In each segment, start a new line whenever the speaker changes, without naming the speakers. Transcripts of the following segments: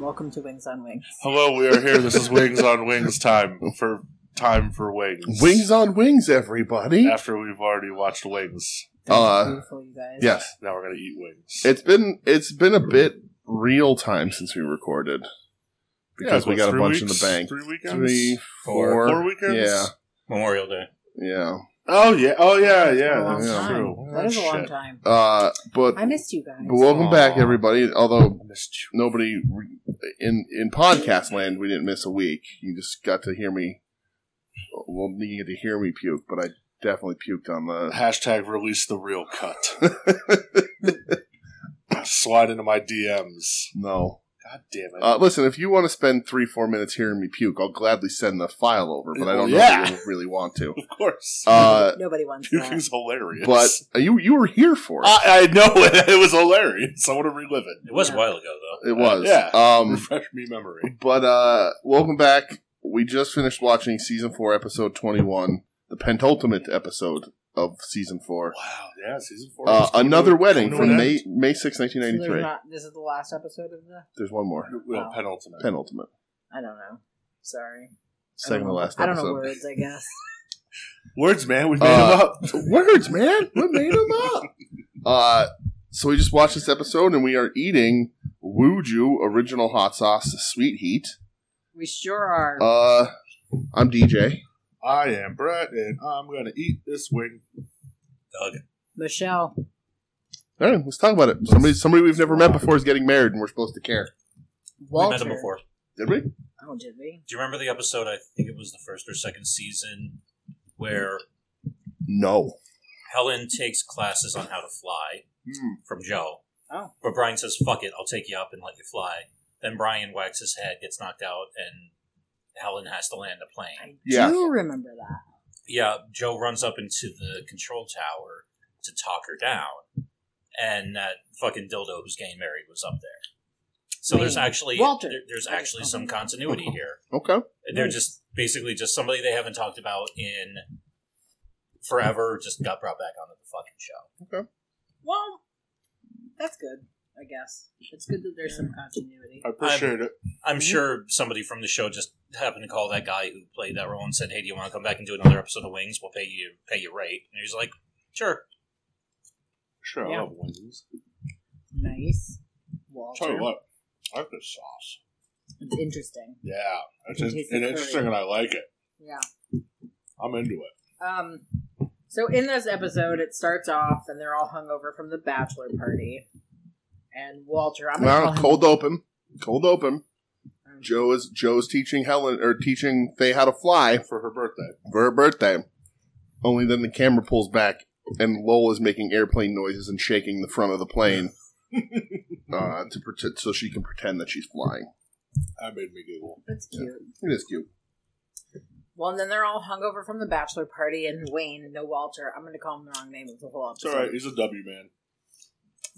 welcome to Wings on Wings.
Hello, we are here. This is Wings on Wings time for time for wings.
Wings on wings, everybody.
After we've already watched wings,
That was
Uh,
beautiful, you guys.
Yes,
now we're gonna eat wings.
it's been it's been a bit real time since we recorded
Yeah,
because
it's
we
what,
got a
three
bunch in
weeks?
the bank.
Three weekends.
Three,
Four.
four,
Four weekends?
Yeah,
Memorial Day.
yeah.
Oh yeah. Oh yeah. Yeah.
a long
That's
time.
true.
That is a long
Shit.
time.
Uh, but
I missed you guys.
but welcome
Aw.
back, everybody. Although
I missed you.
nobody re- in in podcast land, we didn't miss a week. You just got to hear me. Well, you get to hear me puke, but I definitely puked on the.
Hashtag release the real cut. Slide into my DMs.
No.
God damn it.
Uh, listen, if you want to spend three, four minutes hearing me puke, I'll gladly send the file over, but I don't know
Oh, Yeah.
if you really want to.
of course.
Uh,
Nobody wants that.
Puking's hilarious.
but uh, you you were here for it.
I, I know it. It was hilarious. I want to relive it.
It was
Yeah.
a while ago, though.
It was.
yeah.
Um,
Refresh me memory.
but uh, welcome back. We just finished watching season four, episode twenty-one, the penultimate episode of season four.
Wow. Yeah. Season four.
Uh,
was going
another
to-
wedding
going to
from
an
May
end.
May sixth, nineteen
So there's
ninety-three.
not, this is the last episode of the.
There's one more
Well,
Wow.
penultimate.
penultimate,
I don't know. Sorry. I
second
don't
to
know-
last
I don't know
episode.
words. I guess.
Words, man. We made
Uh,
them up.
Words, man, we made them up. Uh, so we just watched this episode, and we are eating Wuju original hot sauce, sweet heat.
We sure are.
Uh, I'm DJ.
I am Brett, and I'm gonna eat this wing.
Doug.
Michelle.
All right, let's talk about it. Somebody, somebody we've never met before is getting married, and we're supposed to care.
Walter.
We met him before.
Did we?
Oh, did we?
Do you remember the episode? I think it was the first or second season where
No.
Helen takes classes on how to fly
Hmm.
from Joe.
Oh.
But Brian says, fuck it, I'll take you up and let you fly. Then Brian whacks his head, gets knocked out, and Helen has to land a plane.
I
Yeah.
do remember that.
Yeah, Joe runs up into the control tower to talk her down, and that fucking dildo who's getting married was up there. So there's
Man.
actually
Walter.
there- there's
I just
actually
called
some
him.
continuity here.
Okay.
They're
Nice.
just basically just somebody they haven't talked about in forever just got brought back onto the fucking show.
Well, that's good. I guess it's good that there's some continuity.
I
Um,
appreciate it.
Mm-hmm.
I'm sure somebody from the show just happened to call that guy who played that role and said, "Hey, do you want to come back and do another episode of Wings? We'll pay you pay you right." And he's like, "Sure."
Sure,
Yeah.
I love wings.
Nice.
Tell you
Walter.
what, I like this sauce.
It's interesting.
Yeah, it's,
It
in-
tastes
and
like
interesting,
curry.
and I like it.
Yeah.
I'm into it.
Um, so in this episode, it starts off and they're all hungover from the bachelor party. And Walter, I'm gonna
Well,
call him-
cold open. Cold open. Joe is Joe's teaching Helen or teaching Faye how to fly
For her birthday,
for her birthday. Only then the camera pulls back and Lowell is making airplane noises and shaking the front of the plane uh, to pretend so she can pretend that she's flying.
that made me giggle.
That's cute.
It is cute.
Well, and then they're all hungover from the bachelor party, and Wayne, no Walter. I'm going to call him the wrong name of the whole
It's
episode.
all right. He's a W man.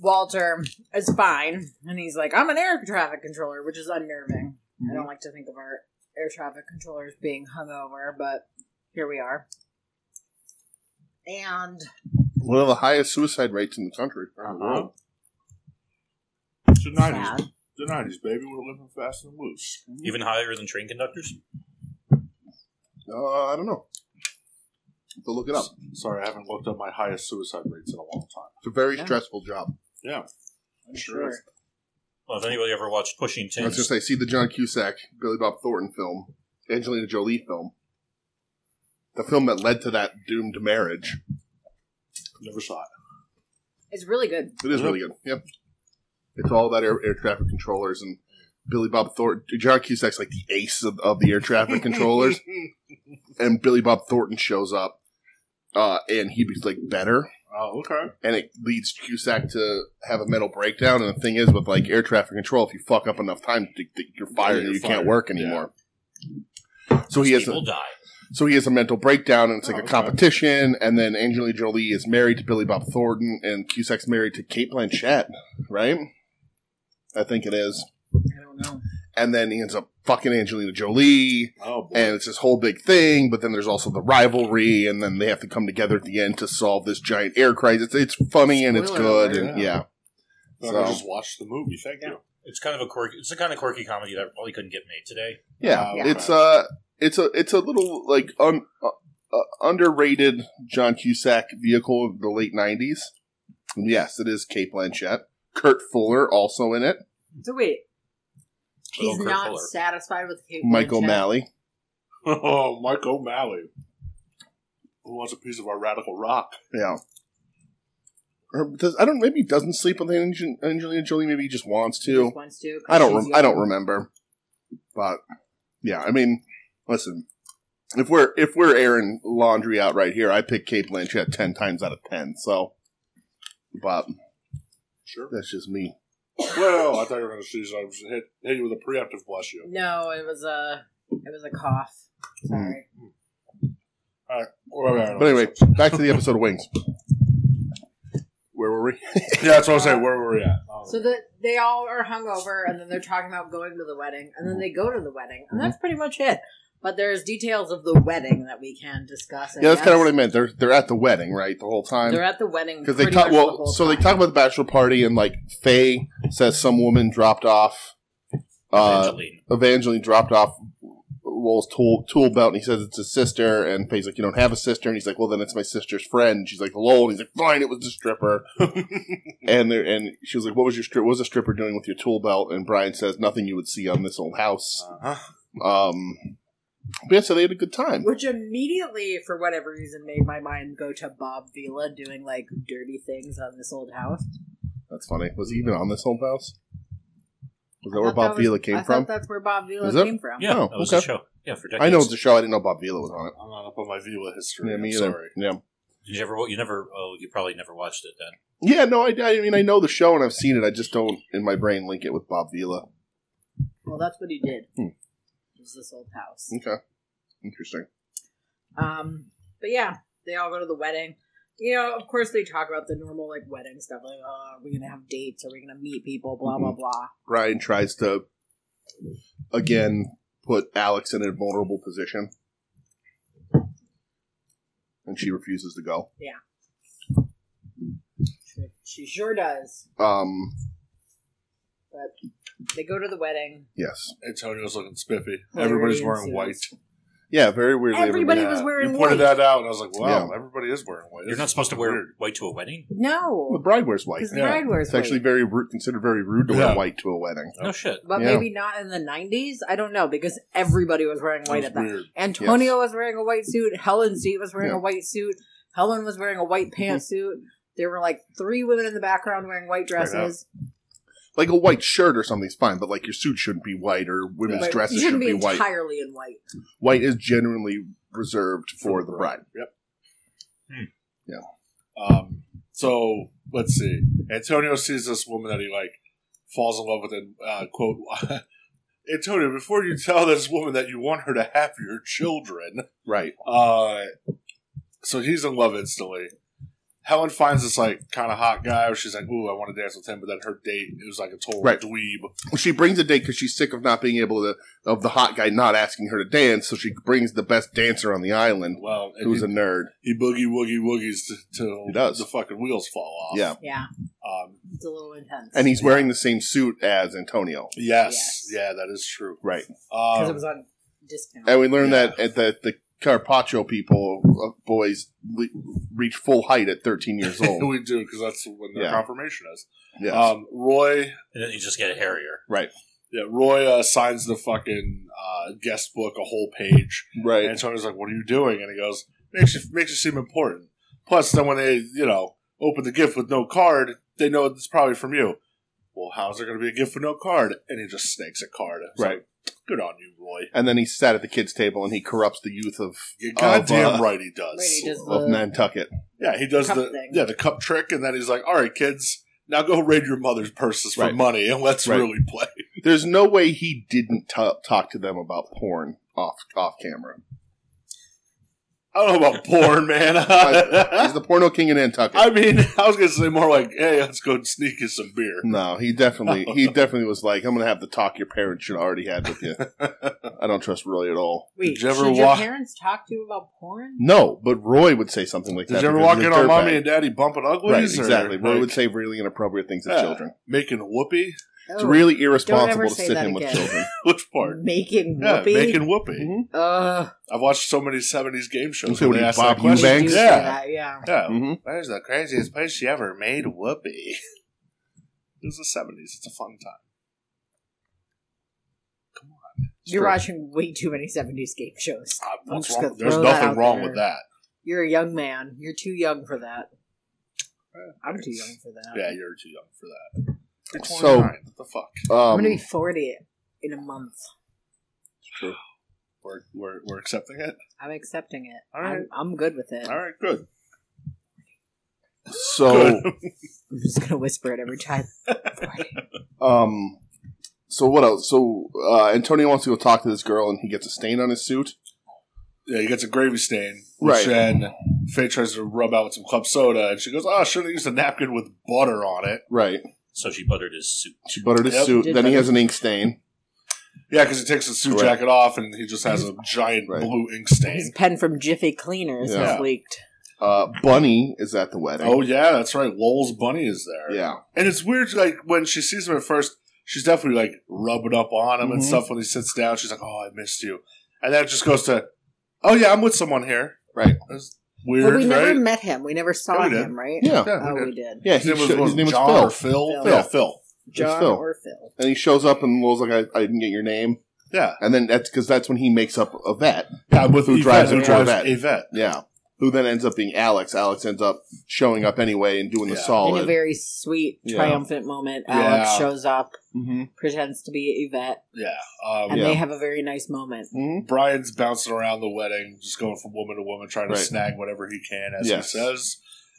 Walter is fine, and he's like, "I'm an air traffic controller," which is unnerving. I don't like to think of our air traffic controllers being hungover, but here we are. And
One of the highest suicide rates in the country.
Uh-huh. It's the nineties.
sad.
The nineties, baby. We're living fast and loose.
Mm-hmm.
Even higher than train conductors.
Uh, I don't know. So look it up.
Sorry, I haven't looked up my highest suicide rates in a long time.
It's a very
Yeah.
stressful job.
Yeah,
I'm
Sure.
Well, if anybody ever watched Pushing
I was
Tins,
going to say, see the John Cusack, Billy Bob Thornton film, Angelina Jolie film, the film that led to that doomed marriage.
never saw it.
It's really good.
It is really good. Yep. It's all about air, air traffic controllers and Billy Bob Thornton. John Cusack's like the ace of, of the air traffic controllers, and Billy Bob Thornton shows up, uh, and he he's like better.
oh, okay.
and it leads Cusack to have a mental breakdown. And the thing is, with like air traffic control, if you fuck up enough time, th- th- you're fired
Yeah,
and
you're
you
fired.
can't work anymore. So he has
people
a,
die.
so he has a mental breakdown, and it's like
Oh,
a
okay.
competition. And then Angelina Jolie is married to Billy Bob Thornton, and Cusack's married to Kate Blanchett, right? I think it is.
I don't know.
And then he ends up fucking Angelina Jolie,
Oh boy.
and it's this whole big thing. But then there's also the rivalry, and then they have to come together at the end to solve this giant air crisis. It's, it's funny and it's
Spoiler
good,
alert.
and yeah.
I thought I
so-
just watched the movie. Thank you.
It's kind of a quirky. It's the kind of quirky comedy that probably couldn't get made today.
Yeah,
Yeah.
it's uh it's a it's a little like un, uh, uh, underrated John Cusack vehicle of the late '90s. And yes, it is Kate Blanchett. Kurt Fuller also in it.
So wait,
Little
he's
Kurt
not
Fuller.
satisfied with Kate
Michael
Blanchett.
Malley.
oh, Mike O'Malley, who wants a piece of our radical rock?
Yeah. Or does, I don't. Maybe he doesn't sleep with Angel- Angelina Jolie. Maybe he just wants
He
to.
just wants to, 'cause
I don't.
she's
Rem- I
young.
don't remember. But yeah, I mean, listen. If we're if we're airing laundry out right here, I pick Kate Blanchett ten times out of ten. So, but
Sure.
that's just me.
Well, I thought you were going to see. So I was hit, hit you with a preemptive bless you.
No, it was a it was a cough. Sorry.
But
But anyway, back to the episode of Wings. Where were we?
yeah, that's what I was saying. Where were we at? Oh,
Hmm. So that they all are hungover, and then they're talking about going to the wedding, and
Hmm.
then they go to the wedding, and that's pretty much it. But there's details of the wedding that we can discuss. I
Yeah, that's kind of
guess.
what I meant. They're they're at the wedding, right, the whole
They're
time
at the wedding
because they
pretty
talk.
much the
Well,
whole
so they
time.
talk about the bachelor party and like Faye says some woman dropped off. Uh,
Evangeline.
Evangeline dropped off Wol's tool tool belt, and he says it's his sister. And Faye's like, "You don't have a sister," and he's like, "Well, then it's my sister's friend." And she's like, "Lol," and he's like, "Fine, it was the stripper." and there, and she was like, "What was your strip? What was the stripper doing with your tool belt?" And Brian says, "Nothing you would see on this old house."
uh-huh.
Um, but yeah, so they had a good time.
Which immediately, for whatever reason, made my mind go to Bob Vila doing like dirty things on this old house.
That's funny. Was he even on this old house? Was that
I
where
thought
Bob
was-
Vila
I
came
thought
from?
That's where Bob Vila
Is it?
came from.
Yeah,
Oh,
that was
okay.
the show. Yeah, for decades.
I know it's a show. I didn't know Bob Vila was on it.
I'm not up on my Viva history.
Yeah, me
I'm
either.
sorry.
Yeah.
Did you ever? You never. Oh, you probably never watched it then.
Yeah, no, I, I mean, I know the show and I've seen it. I just don't, in my brain, link it with Bob Vila.
Well, that's what he did.
Hmm.
It was this old house.
Okay. Interesting.
Um, but yeah, they all go to the wedding. You know, of course, they talk about the normal like wedding stuff, like, oh, are we gonna have dates? Are we gonna meet people? Blah
Mm-hmm.
blah blah.
Ryan tries to, again, put Alex in a vulnerable position. And she refuses to go.
She- She sure does.
Um,
They go to the wedding.
yes.
Antonio's looking spiffy.
Hilarity
Everybody's wearing
ensues.
white.
Yeah, very weirdly.
Everybody
Yeah,
was wearing
You pointed
white.
that out, and I was like, "Wow, everybody is wearing white."
You're not supposed to wear white to a wedding.
The
No,
bride wears white.
because the
yeah.
bride wears
It's actually
white.
very rude, considered very rude to wear
Yeah.
white to a wedding.
No shit.
but
yeah.
maybe not in the '90s. I don't know because everybody was wearing white at
That's
that.
weird.
Antonio was wearing a white suit. Helen Seat was wearing
Yeah. Mm-hmm.
a white suit. Helen was wearing a white pantsuit. There were like three women in the background wearing white
Right up.
dresses.
Like a white shirt or something's fine, but like your suit shouldn't be white or women's
But
dresses
you
should
shouldn't be
be white.
entirely in white.
white is generally reserved for the bride.
Yep.
Hmm.
Yeah. Um, so let's see. Antonio sees this woman that he like falls in love with, and uh, quote. Antonio, before you tell this woman that you want her to have your children,
Right.
uh, so he's in love instantly. Helen finds this like kind of hot guy. Where she's like, "Ooh, I want to dance with him," but then her date it was like a total
Right.
dweeb.
She brings a date because she's sick of not being able to of the hot guy not asking her to dance, so she brings the best dancer on the island,
Well, and
who's
he,
a nerd.
he boogie woogie woogies t- till
He does.
the fucking wheels fall off.
Yeah,
Yeah,
Um,
it's a little intense.
and he's wearing the same suit as Antonio.
yes,
Yes.
Yeah, that is true.
Right.
because
Um,
it was on discount.
And we learn
Yeah.
that at the the Carpaccio people uh, boys le- reach full height at 13 years old.
we do because that's when their
Yeah.
confirmation is.
yes.
Um, Roy,
And then you just get hairier.
right.
yeah, Roy uh, signs the fucking uh, guest book a whole page, and
Right.
Antonio's like, "What are you doing?" And he goes, "Makes you makes you seem important." Plus, then when they you know open the gift with no card, they know it's probably from you. Well, how's there going to be a gift with no card? And he just snakes a card. It's
Right.
like, Good on you, Roy.
And then he sat at the kids' table and he corrupts the youth of
You're goddamn
Of, uh,
right, he does.
Right, he does the-
of Nantucket.
Yeah, he does
Cup
the
thing.
yeah the cup trick, and then he's like, "All right, kids, now go raid your mother's purses for
Right.
money, and let's
Right.
really play."
There's no way he didn't t- talk to them about porn off off camera.
I don't know about porn, man.
He's the porno king in Nantucket.
I mean, I was gonna say more like, "Hey, let's go sneak us some beer."
no, he definitely he definitely was like, I'm gonna have the talk your parents should have already had with you. I don't trust Roy at all.
Wait,
Did you ever
should your
walk-
parents talk to you about porn?
No, but Roy would say something like that.
Did you ever
because
walk
he's a
in on
dirtbag.
mommy and daddy bumping uglies?
Right,
or,
exactly. Roy
like,
would say really inappropriate things to
Yeah.
children.
making whoopee.
It's
Oh,
really
Don't
irresponsible
ever
to
say
sit
that
him with
again.
children.
Which part?
making
Yeah,
whoopee.
making Whoopi.
Mhm.
Ugh,
I've watched so many '70s game shows.
Okay,
where
what
they
do you,
ask that
Bob
you
question.
do
Eubanks?
say
Yeah,
that, yeah.
yeah.
Mhm.
That is the craziest place she ever made Whoopi. it was the '70s. It's a fun time.
You're
Sure.
watching way too many '70s game shows.
Uh,
I'm
what's
just
wrong?
gonna
There's
throw that
nothing
out
wrong
there.
with that.
You're a young man. You're too young for that. I'm too young for that.
Yeah, you're too young for that. You're
So-
29. what the fuck?
I'm gonna be
Um,
40 in a month.
We're, we're, we're accepting it.
I'm accepting it.
All right.
I'm, I'm good with it.
All right, good.
so,
I'm just gonna whisper it every time. 40.
um, so what else? So uh, Antonio wants to go talk to this girl, and he gets a stain on his suit.
Yeah, he gets a gravy stain, which
Right.
then Faye tries to rub out with some club soda, and she goes, "Oh, should have used a napkin with butter on it."
Right.
So she buttered his soup.
She buttered his
Yep.
suit.
Did
Then he
butter.
has an ink stain.
Yeah, because he takes his suit
Right.
jacket off, and he just has a giant
Right.
blue ink
His
stain.
pen from Jiffy Cleaners
Yeah.
has leaked.
Uh, Bunny is at the wedding.
Oh yeah, that's right. Lowell's bunny is there.
yeah.
and it's weird. Like when she sees him at first, she's definitely like rubbing up on him and
Mhm.
stuff. When he sits down, she's like, "Oh, I missed you," and then it just goes to, "Oh yeah, I'm with someone here."
Right.
That's
But
weird,
we never
right?
met him. We never saw
Yeah, we did.
him, right?
Yeah.
yeah,
Oh,
we
we
did.
did.
Yeah.
His
He
name was,
sho-
was
his name was
John
Phil.
or Phil.
Phil.
Yeah, Phil.
John
Phil.
or Phil.
And he shows up, and Lowell's like, I, I didn't get your name.
Yeah,
And then that's because that's when he makes up a vet.
yeah. With
Who
Yvette,
drives-
who
who
drives
drives
Yvette.
Yeah. Who then ends up being Alex. Alex ends up showing up anyway and doing the
Yeah.
In a
solid.
very sweet,
Yeah.
triumphant moment, Alex
Yeah.
shows up,
hmm
pretends to be Yvette,
Yeah. Um,
and
Yeah.
they have a very nice moment.
hmm
Brian's bouncing around the wedding, just going from woman to woman, trying to
Right.
snag whatever he can, as
Yes.
he says.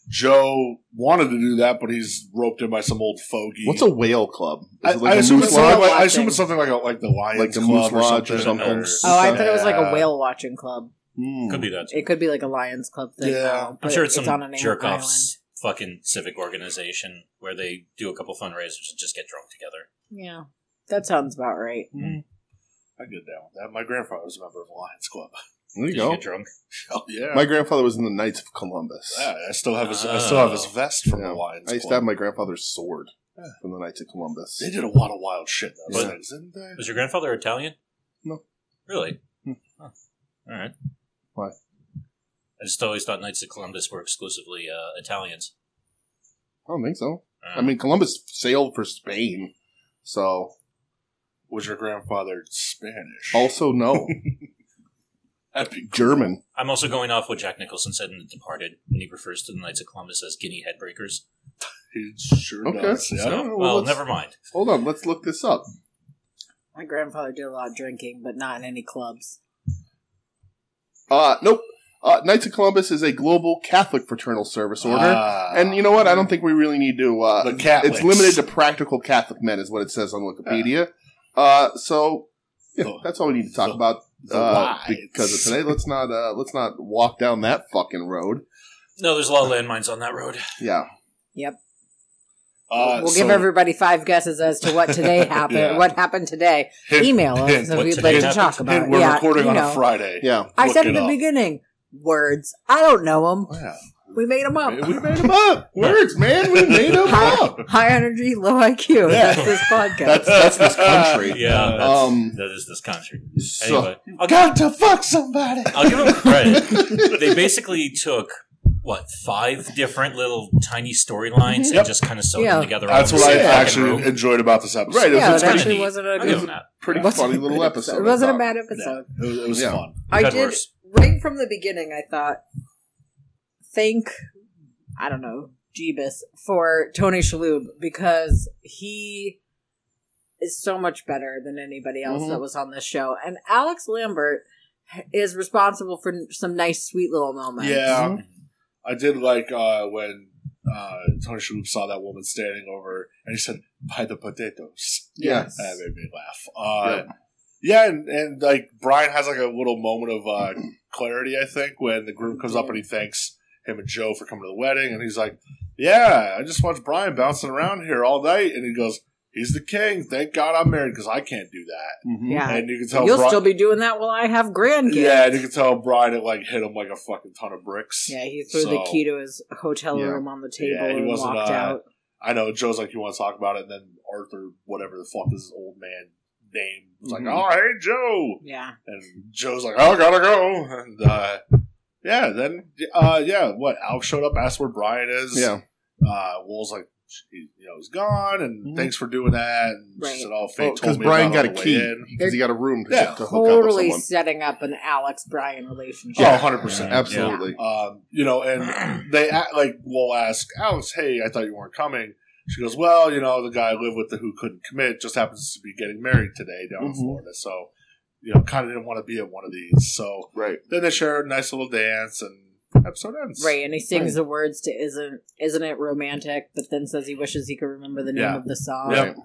Joe wanted to do that, but he's roped in by some old fogey.
What's a whale club?
I,
Is it like
I
a
assume
moose
it's something
lodge?
like, I assume
Watching.
it's something like a, like the Lions
Like the
Club
Moose Lodge or
or something.
something.
or-
Oh,
Oh, I thought it was like
Yeah.
a whale watching club.
Mm.
Could be that.
It could be like a Lions Club thing.
Yeah.
now,
I'm
but
sure it's, some
on an
jerk
island.
off fucking civic organization where they do a couple fundraisers and just get drunk together.
Yeah, that sounds about right.
I get down with that. My grandfather was a member of the Lions Club.
There you
Did
go.
get drunk?
Oh yeah.
My grandfather was in the Knights of Columbus.
Yeah, I still have his I still have his vest from
Oh. Yeah.
the Lions.
I used to have
Club.
my grandfather's sword
Yeah.
from the Knights of Columbus.
They did a lot of wild shit in those
But-
things, didn't they?
Was your grandfather Italian?
No.
Really?
Hmm.
Huh. All right.
Why?
I just always thought Knights of Columbus were exclusively uh, Italians.
I don't think so.
Uh,
I mean, Columbus sailed for Spain, so
Was your grandfather Spanish?
also no
That'd be
German.
I'm also going off what Jack Nicholson said in The Departed when he refers to the Knights of Columbus as guinea headbreakers.
He sure
Okay.
does. Yeah.
I don't
So,
know, well,
well,
let's-
never mind.
Hold on, let's look this up.
My grandfather did a lot of drinking, but not in any clubs.
Uh, nope. Uh, Knights of Columbus is a global Catholic fraternal service order.
Ah.
and you know what? I don't think we really need to. Uh,
The Catholics.
It's limited to practical Catholic men, is what it says on Wikipedia. Uh, so yeah,
The-
that's all we need to talk
the-
about
the
uh,
lies.
because of today. Let's not uh, let's not walk down that fucking road.
No, there's a lot of landmines on that road.
Yeah,
Uh,
we'll
so
give everybody five guesses as to what today happened.
Yeah.
What happened today?
hint-
Email us
hint-
if
what
you'd like
today
to
happened.
talk about
hint,
it.
we're
yeah,
recording
you
on
know.
a Friday.
yeah.
I
Look
said
it
in the
up.
beginning, words. I don't know them.
Yeah.
We made them up.
We
made them up. Words, man. We made them
high,
up.
high energy, low IQ.
Yeah.
That's this podcast.
That's that's this country.
Yeah, that's,
Um,
that is this country.
So
Anyway, I'll give,
Got to fuck somebody.
I'll give them credit. they basically took what five different little tiny storylines
Yep.
and just kind of sewed
Yeah.
them together.
That's
all in
what I
the same fucking
actually
room.
enjoyed about this episode.
Right, it was
yeah,
it's
it
kinda
actually
neat.
wasn't
I'll
a
give
good,
them that.
pretty
wasn't
funny
a
little
good
episode.
It wasn't
I
a
thought.
bad episode.
It was, it was
Yeah.
fun.
I
had
did
worse.
right from the beginning. I thought, thank, I don't know, Jeebus for Tony Shalhoub because he is so much better than anybody else
Mhm.
that was on this show, and Alex Lambert is responsible for some nice, sweet little moments.
Yeah,
Mhm.
I did like uh, when uh, Tony Shalhoub saw that woman standing over, and he said, "Buy the potatoes."
Yeah.
that made me laugh. Uh, yeah. and and like Brian has like a little moment of uh, clarity, I think, when the group comes up and he thanks him and Joe for coming to the wedding, and he's like, "Yeah, I just watched Brian bouncing around here all night," and he goes. He's the king. Thank God I'm married because I can't do that.
Mhm.
Yeah.
And you can tell
You'll
Bri-
still be doing that while I have grandkids.
Yeah, and you can tell Brian it like hit him like a fucking ton of bricks.
Yeah, he threw
So-
the key to his hotel
Yeah.
room on the table
Yeah, he
and
wasn't,
walked
uh,
out.
I know Joe's like, you want to talk about it, and then Arthur, whatever the fuck is his old man name, was like,
Mm-hmm.
Mhm.
"Oh, hey, Joe,"
Yeah.
and Joe's like, "I gotta go," and uh, yeah, then uh, yeah, what Alf showed up, asked where Brian is,
Yeah.
Uh, Wolves like, he, you know, he's gone, and
Mhm.
thanks for doing that. And
Right.
she said, "Oh, Faye
Oh,
told
because
me
Brian
about
got
it
a
on the way
key.
in."
Because he got a room to,
Yeah.
to hook
Totally
up with someone.
setting up an Alex Brian relationship.
Oh, 100 percent,
Absolutely.
Um, you know, and they a like will ask Alex, "Hey, I thought you weren't coming." She goes, "Well, you know, the guy I live with who couldn't commit just happens to be getting married today down in
Mhm.
Florida, so you know, kind of didn't want to be at one of these." So
Right.
then they share a nice little dance, and episode ends.
Right, and he sings the words to "Isn't Isn't It Romantic," but then says he wishes he could remember the name
Yeah.
of the song.
Yep.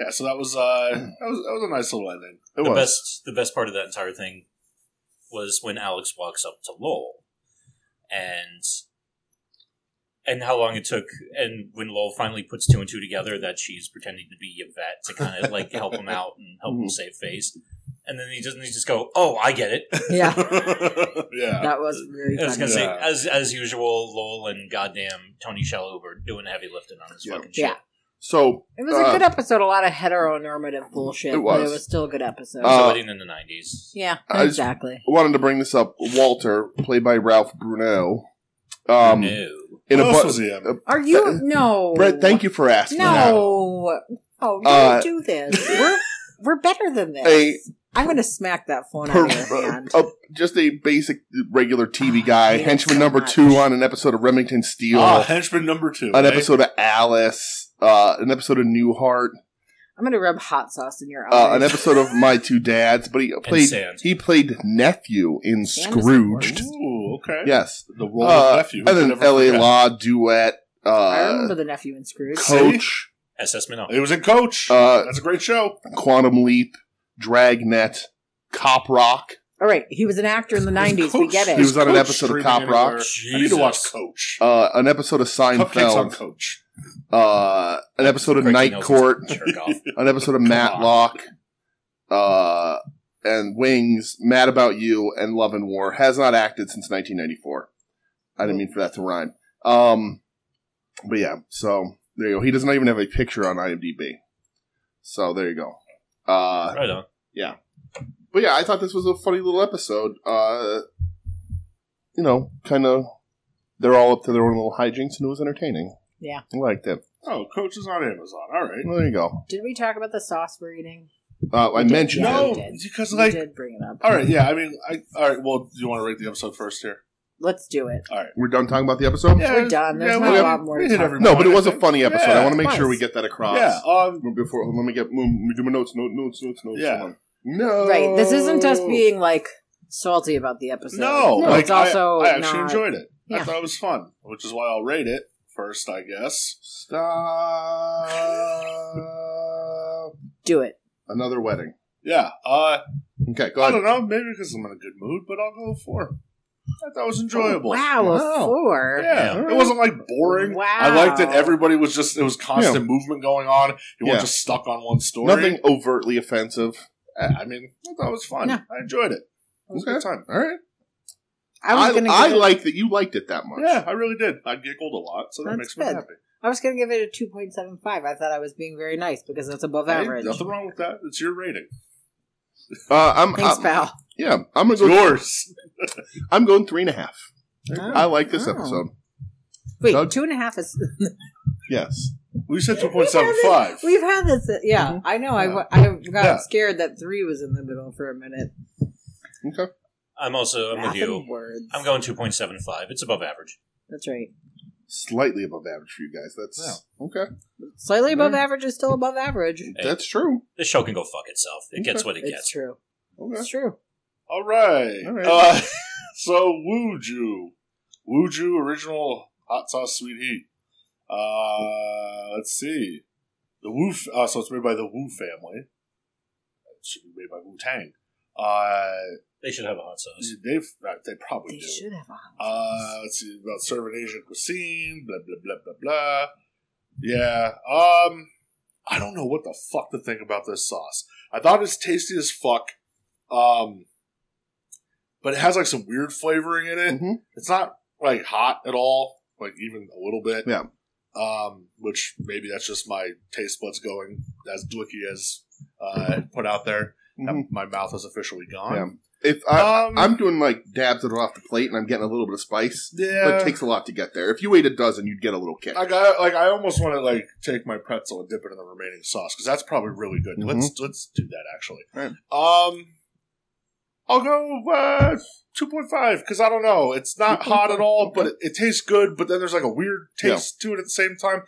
Yeah, so that was uh, that was that was a nice little ending.
It
the
was.
best the best part of that entire thing was when Alex walks up to Lowell and and how long it took and when Lowell finally puts two and two together that she's pretending to be a vet to kind of like help him out and help him
Mhm.
save face. And then he doesn't he just go, Oh, I get it.
Yeah,
yeah,
that was really.
I was
funny.
gonna say,
Yeah.
as as usual, Lowell and goddamn Tony Shalhoub are doing heavy lifting on this
Yeah.
fucking shit.
Yeah.
So
It was a
Uh,
good episode. A lot of heteronormative bullshit,
It
but it
was.
was still a good episode.
Uh,
The wedding in the nineties.
yeah,
I just-
exactly.
I wanted to bring this up. Walter, played by Ralph Bruneau, um,
no.
in a
What else
bu-
was Oh, he in? uh,
Are you no?
Brett, thank you for asking. that.
No, oh, don't
Uh,
do this. We're we're better than this.
A-
I'm gonna smack that phone
Per-
out of your hand.
a- just a basic, regular TV
Ah,
guy,
yeah,
henchman
so
number
much.
two on an episode of Remington Steel,
Ah, henchman number two.
an
eh?
episode of Alice, uh, an episode of Newhart,
I'm gonna rub hot sauce in your eyes.
uh, an episode of My Two Dads. But he played
Sand.
he played nephew in
Sand is
Scrooged.
Ooh, okay.
Yes,
the role
Uh,
of nephew,
and then
Never
L.A.
forget.
Law duet.
I
Uh,
remember the nephew and Scrooge.
Coach,
SS Minot.
It was in Coach.
Uh,
That's a great show.
Quantum Leap, Dragnet, Cop Rock.
All right, he was an actor in the '90s. We get
Coach-
it.
He was on an
Coach
episode of
streaming
Cop Rock.
anywhere. I need to watch Coach.
Uh, an episode of
Cupcakes on
Seinfeld,
Coach.
uh, an episode of
Craig
Night
Nelson's
Court,
jerk off.
an episode of
Come
Matlock, uh, and Wings, Mad About You, and Love and War. Has not acted since 1994. I didn't mean for that to rhyme. Um, but yeah, so there you go. He does not even have a picture on IMDb. So there you go. Uh,
Right on.
but yeah, I thought this was a funny little episode. Uh, you know, kind of, they're all up to their own little hijinks, and it was entertaining.
Yeah.
I liked it.
Oh, Coach is on Amazon. All right.
Well, there you go.
Did we talk about the sauce we're eating?
Uh, I
We did,
mentioned
yeah,
it.
we
no,
did.
because
You
like,
did bring it up.
all right, yeah. I mean, I, all right. Well, do you want to rate the episode first here?
let's do it.
We're done talking about the episode?
Yeah,
We're done. There's
yeah,
not
we-
a lot more
we
to
hit
talk
every-
about.
No, but it was a funny episode.
Yeah,
I want to make
it
sure
was.
we get that across.
Yeah. Um.
Before let me get let me do my notes, notes, notes, notes, notes.
Yeah.
Hold on. No.
Right. This isn't us being like salty about the episode.
No,
Oh. No,
like,
it's also
I, I actually
Oh, not-
enjoyed it. I
Yeah.
thought it was fun, which is why I'll rate it first, I guess. Uh,
Stop.
do it.
Another wedding.
Yeah. Uh,
Okay, go
I
ahead.
don't know. Maybe because I'm in a good mood, but I'll go four. I thought it was enjoyable.
Wow,
Wow.
a four.
Yeah,
Yeah.
it wasn't like boring.
Wow.
I liked that everybody was just it was constant
Yeah.
movement going on. You weren't
Yeah.
just stuck on one story.
Nothing overtly offensive.
Yeah, I mean, I thought it was fun.
Yeah.
I enjoyed it. It was a good time.
All right.
I was
I,
gonna.
I,
give it,
like that you liked it that much.
Yeah, I really did. I giggled a lot, so that
That's
makes me
good.
happy.
I was gonna give it a two point seven five. I thought I was being very nice because that's above
Hey,
average.
nothing wrong with that. It's your rating.
Uh, I'm,
Thanks,
I'm-
pal.
Yeah, I'm gonna
It's
go.
yours.
I'm going three and a half.
Oh.
I like this
Oh.
episode.
Wait,
Doug?
two and a half is
Yes.
We said two
We've
point
had
seven
this-
five. Mm-hmm.
We've had this. uh, Yeah,
Mhm.
I know. I
Yeah.
wa- I, got
Yeah.
scared that three was in the middle for a minute.
Okay.
I'm also I'm
Math
with
and
you.
words.
I'm going 2.75. It's above average.
That's right.
Slightly above average for you guys. That's okay.
Slightly above
Yeah.
average is still above average.
Hey.
That's true.
This show can go fuck itself. It gets what it
It's
gets.
true.
Okay.
It's true.
All right.
All right.
Uh, so Wooju, Wooju original hot sauce sweet heat. Uh, let's see. The Wu. f- Uh, so it's made by the Wu family. It should be made by Wu Tang. Uh,
They should have a hot sauce.
they uh, they probably
They
do.
should have. A
Uh, let's see about serving Asian cuisine. Blah blah blah blah blah. Yeah. Um, I don't know what the fuck to think about this sauce. I thought it's tasty as fuck. Um, but it has like some weird flavoring in it.
Mhm.
It's not like hot at all. Like even a little bit.
Yeah.
um, which maybe that's just my taste buds going as Dwicky has uh, put out there.
Mhm.
My mouth is officially
Yeah.
gone.
If I,
um,
I'm doing like dabs that are off the plate and I'm getting a little bit of spice, but
yeah.
it takes a lot to get there. If you ate a dozen, you'd get a little kick.
Uh, I got like I almost want to like take my pretzel and dip it in the remaining sauce because that's probably really good.
Mhm.
Let's let's do that actually.
Right.
Um, I'll go uh, two point five because I don't know. It's not hot at all, but it, it tastes good. But then there's like a weird
Yeah.
taste to it at the same time.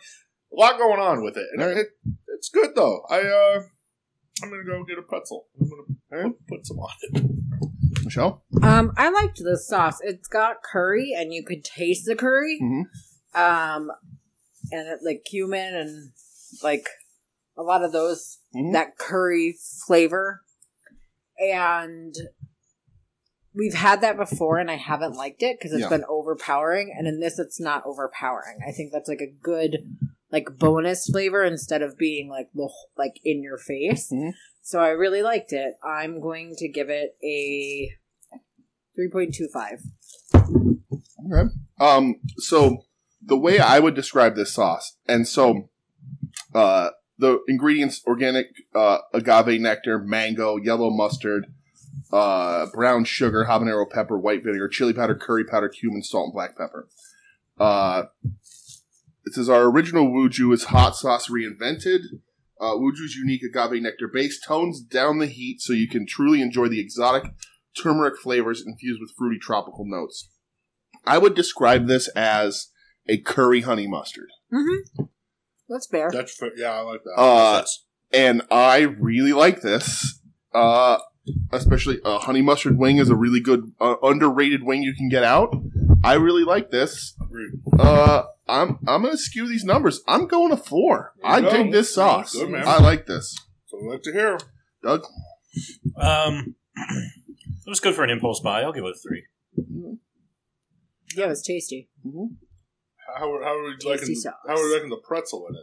A lot going on with it, and
All right.
it, it's good though. I uh, I'm gonna go get a pretzel. I'm gonna put, put some on it.
Michelle?
Um, I liked this sauce. It's got curry, and you could taste the curry.
Mhm.
Um, and it, like cumin and like a lot of those
Mhm.
that curry flavor. And we've had that before, and I haven't liked it because it's
Yeah.
been overpowering. And in this, it's not overpowering. I think that's like a good like bonus flavor instead of being like the wh- like in your face.
Mhm.
So I really liked it. I'm going to give it a 3.25.
Okay. Um, so the way I would describe this sauce, and so uh, the ingredients: organic uh, agave nectar, mango, yellow mustard, uh, brown sugar, habanero pepper, white vinegar, chili powder, curry powder, cumin, salt, and black pepper. Uh, it says our original wuju is hot sauce reinvented. Uh, wuju's unique agave nectar base tones down the heat so you can truly enjoy the exotic turmeric flavors infused with fruity tropical notes. I would describe this as a curry honey mustard.
Mm-hmm. That's fair.
That's fair. yeah, I like that.
Uh,
That's-
and I really like this. Uh, especially a honey mustard wing is a really good, uh, underrated wing you can get out. I really like this.
Agreed.
Uh, I'm I'm gonna skew these numbers. I'm going to four.
There you
I
go.
dig this sauce.
Good, man.
I like this.
So we like to hear.
Doug,
um, it was good for an impulse buy. I'll give it a three.
Yeah, it was tasty.
How are, how are we
Tasty
liking?
sauce.
How are we liking the pretzel in it?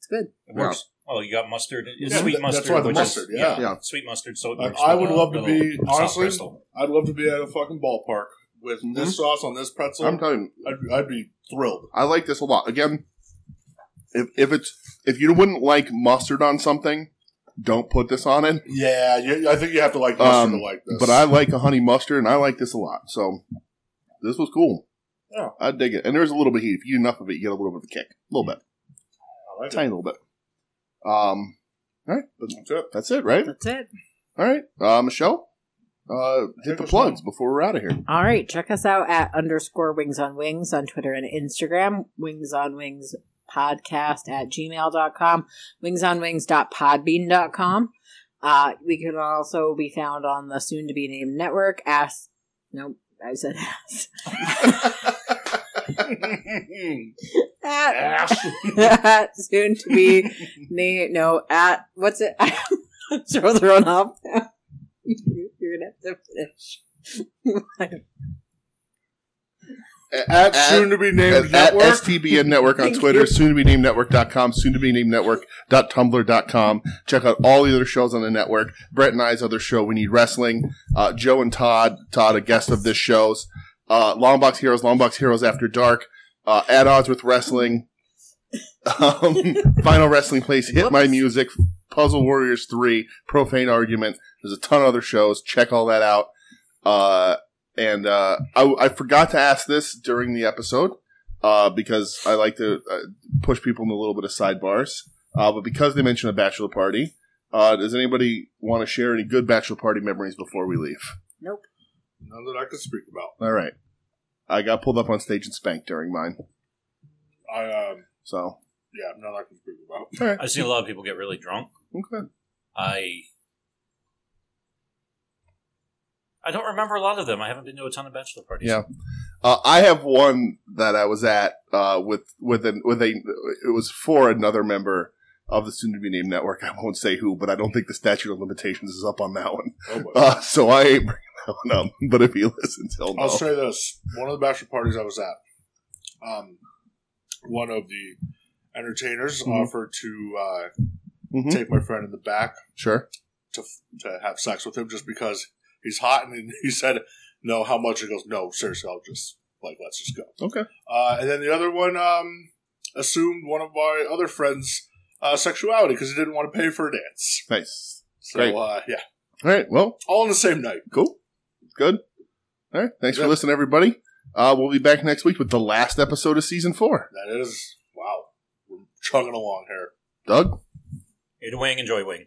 It's good.
It works. Well, you got mustard, it's
Yeah,
sweet
that- that's
mustard.
why the
which
mustard,
is,
yeah.
Yeah.
sweet mustard. So it
Like,
works
I
with
would
a
love to
little
be-
soft
honestly,
pretzel.
I'd love to be at a fucking ballpark with this sauce on this pretzel.
Mm-hmm. I'm telling you,
I'd, I'd be thrilled.
I like this a lot. Again, if if it's if you wouldn't like mustard on something, don't put this on it.
Yeah, you, I think you have to like mustard
Um,
to like this.
But I like a honey mustard, and I like this a lot. So this was cool.
Yeah.
I dig it. And there's a little bit of heat. If you eat enough of it, you get a little bit of a kick. A little bit.
I like it.
Tiny little bit. Um, all right. But
That's it.
that's it, right?
That's it.
All right. Uh, Michelle, uh,
Take
hit the
us
plugs before we're out of here.
All right. Check us out at underscore wings on wings on Twitter and Instagram. Wings on wings podcast at gmail.com. Wings on wings.podbean.com. Uh, we can also be found on the soon to be named network. Ask. Nope. I said ass. At,
Ass.
at soon to be named. No, at. What's it? I'm so thrown off. You're going to have to finish.
At, soon to be named
at, at
network.
STBN Network on
Thank
Twitter,
you.
soon to be named network.com, soon to be named network.tumblr.com. Check out all the other shows on the network. Brett and I's other show, We Need Wrestling. Uh, Joe and Todd, Todd, a guest of this show's. Uh, Longbox Heroes, Longbox Heroes After Dark. Uh, at odds with wrestling. Um, Final Wrestling Place, Hit My
Whoops.
Music, Puzzle Warriors 3, Profane Argument. There's a ton of other shows. Check all that out. Uh, and uh, I, I forgot to ask this during the episode uh, because I like to uh, push people into a little bit of sidebars. Uh, but because they mentioned a bachelor party, uh, does anybody want to share any good bachelor party memories before we leave?
nope.
None that I could speak about.
All right. I got pulled up on stage and spanked during mine.
I um,
So,
yeah, none I can speak about.
I've seen a lot of people get really drunk.
okay.
I I don't remember a lot of them. I haven't been to a ton of bachelor parties.
Yeah. Uh, I have one that I was at uh, with with an, with a it was for another member of the soon to be named network. I won't say who, but I don't think the statute of limitations is up on that one.
Oh, boy.
Uh, so I ain't bringing that one up. But if you listen, he'll know.
I'll say this: one of the bachelor parties I was at, um, one of the entertainers
Mhm.
offered to uh,
Mhm.
take my friend in the back
Sure.
to to have sex with him just because he's hot, and he said, "No, how much?" He goes, "No, seriously, I'll just like let's just go."
Okay.
Uh, and then the other one, um, assumed one of my other friends' uh, sexuality because he didn't want to pay for a dance.
Nice.
So
Great.
uh, yeah,
All right. Well,
all on the same night.
cool. Good. All right. Thanks for
Yeah.
listening, everybody. Uh, we'll be back next week with the last episode of season four.
That is wow. We're chugging along here.
Doug?
Here to wing, enjoy wing.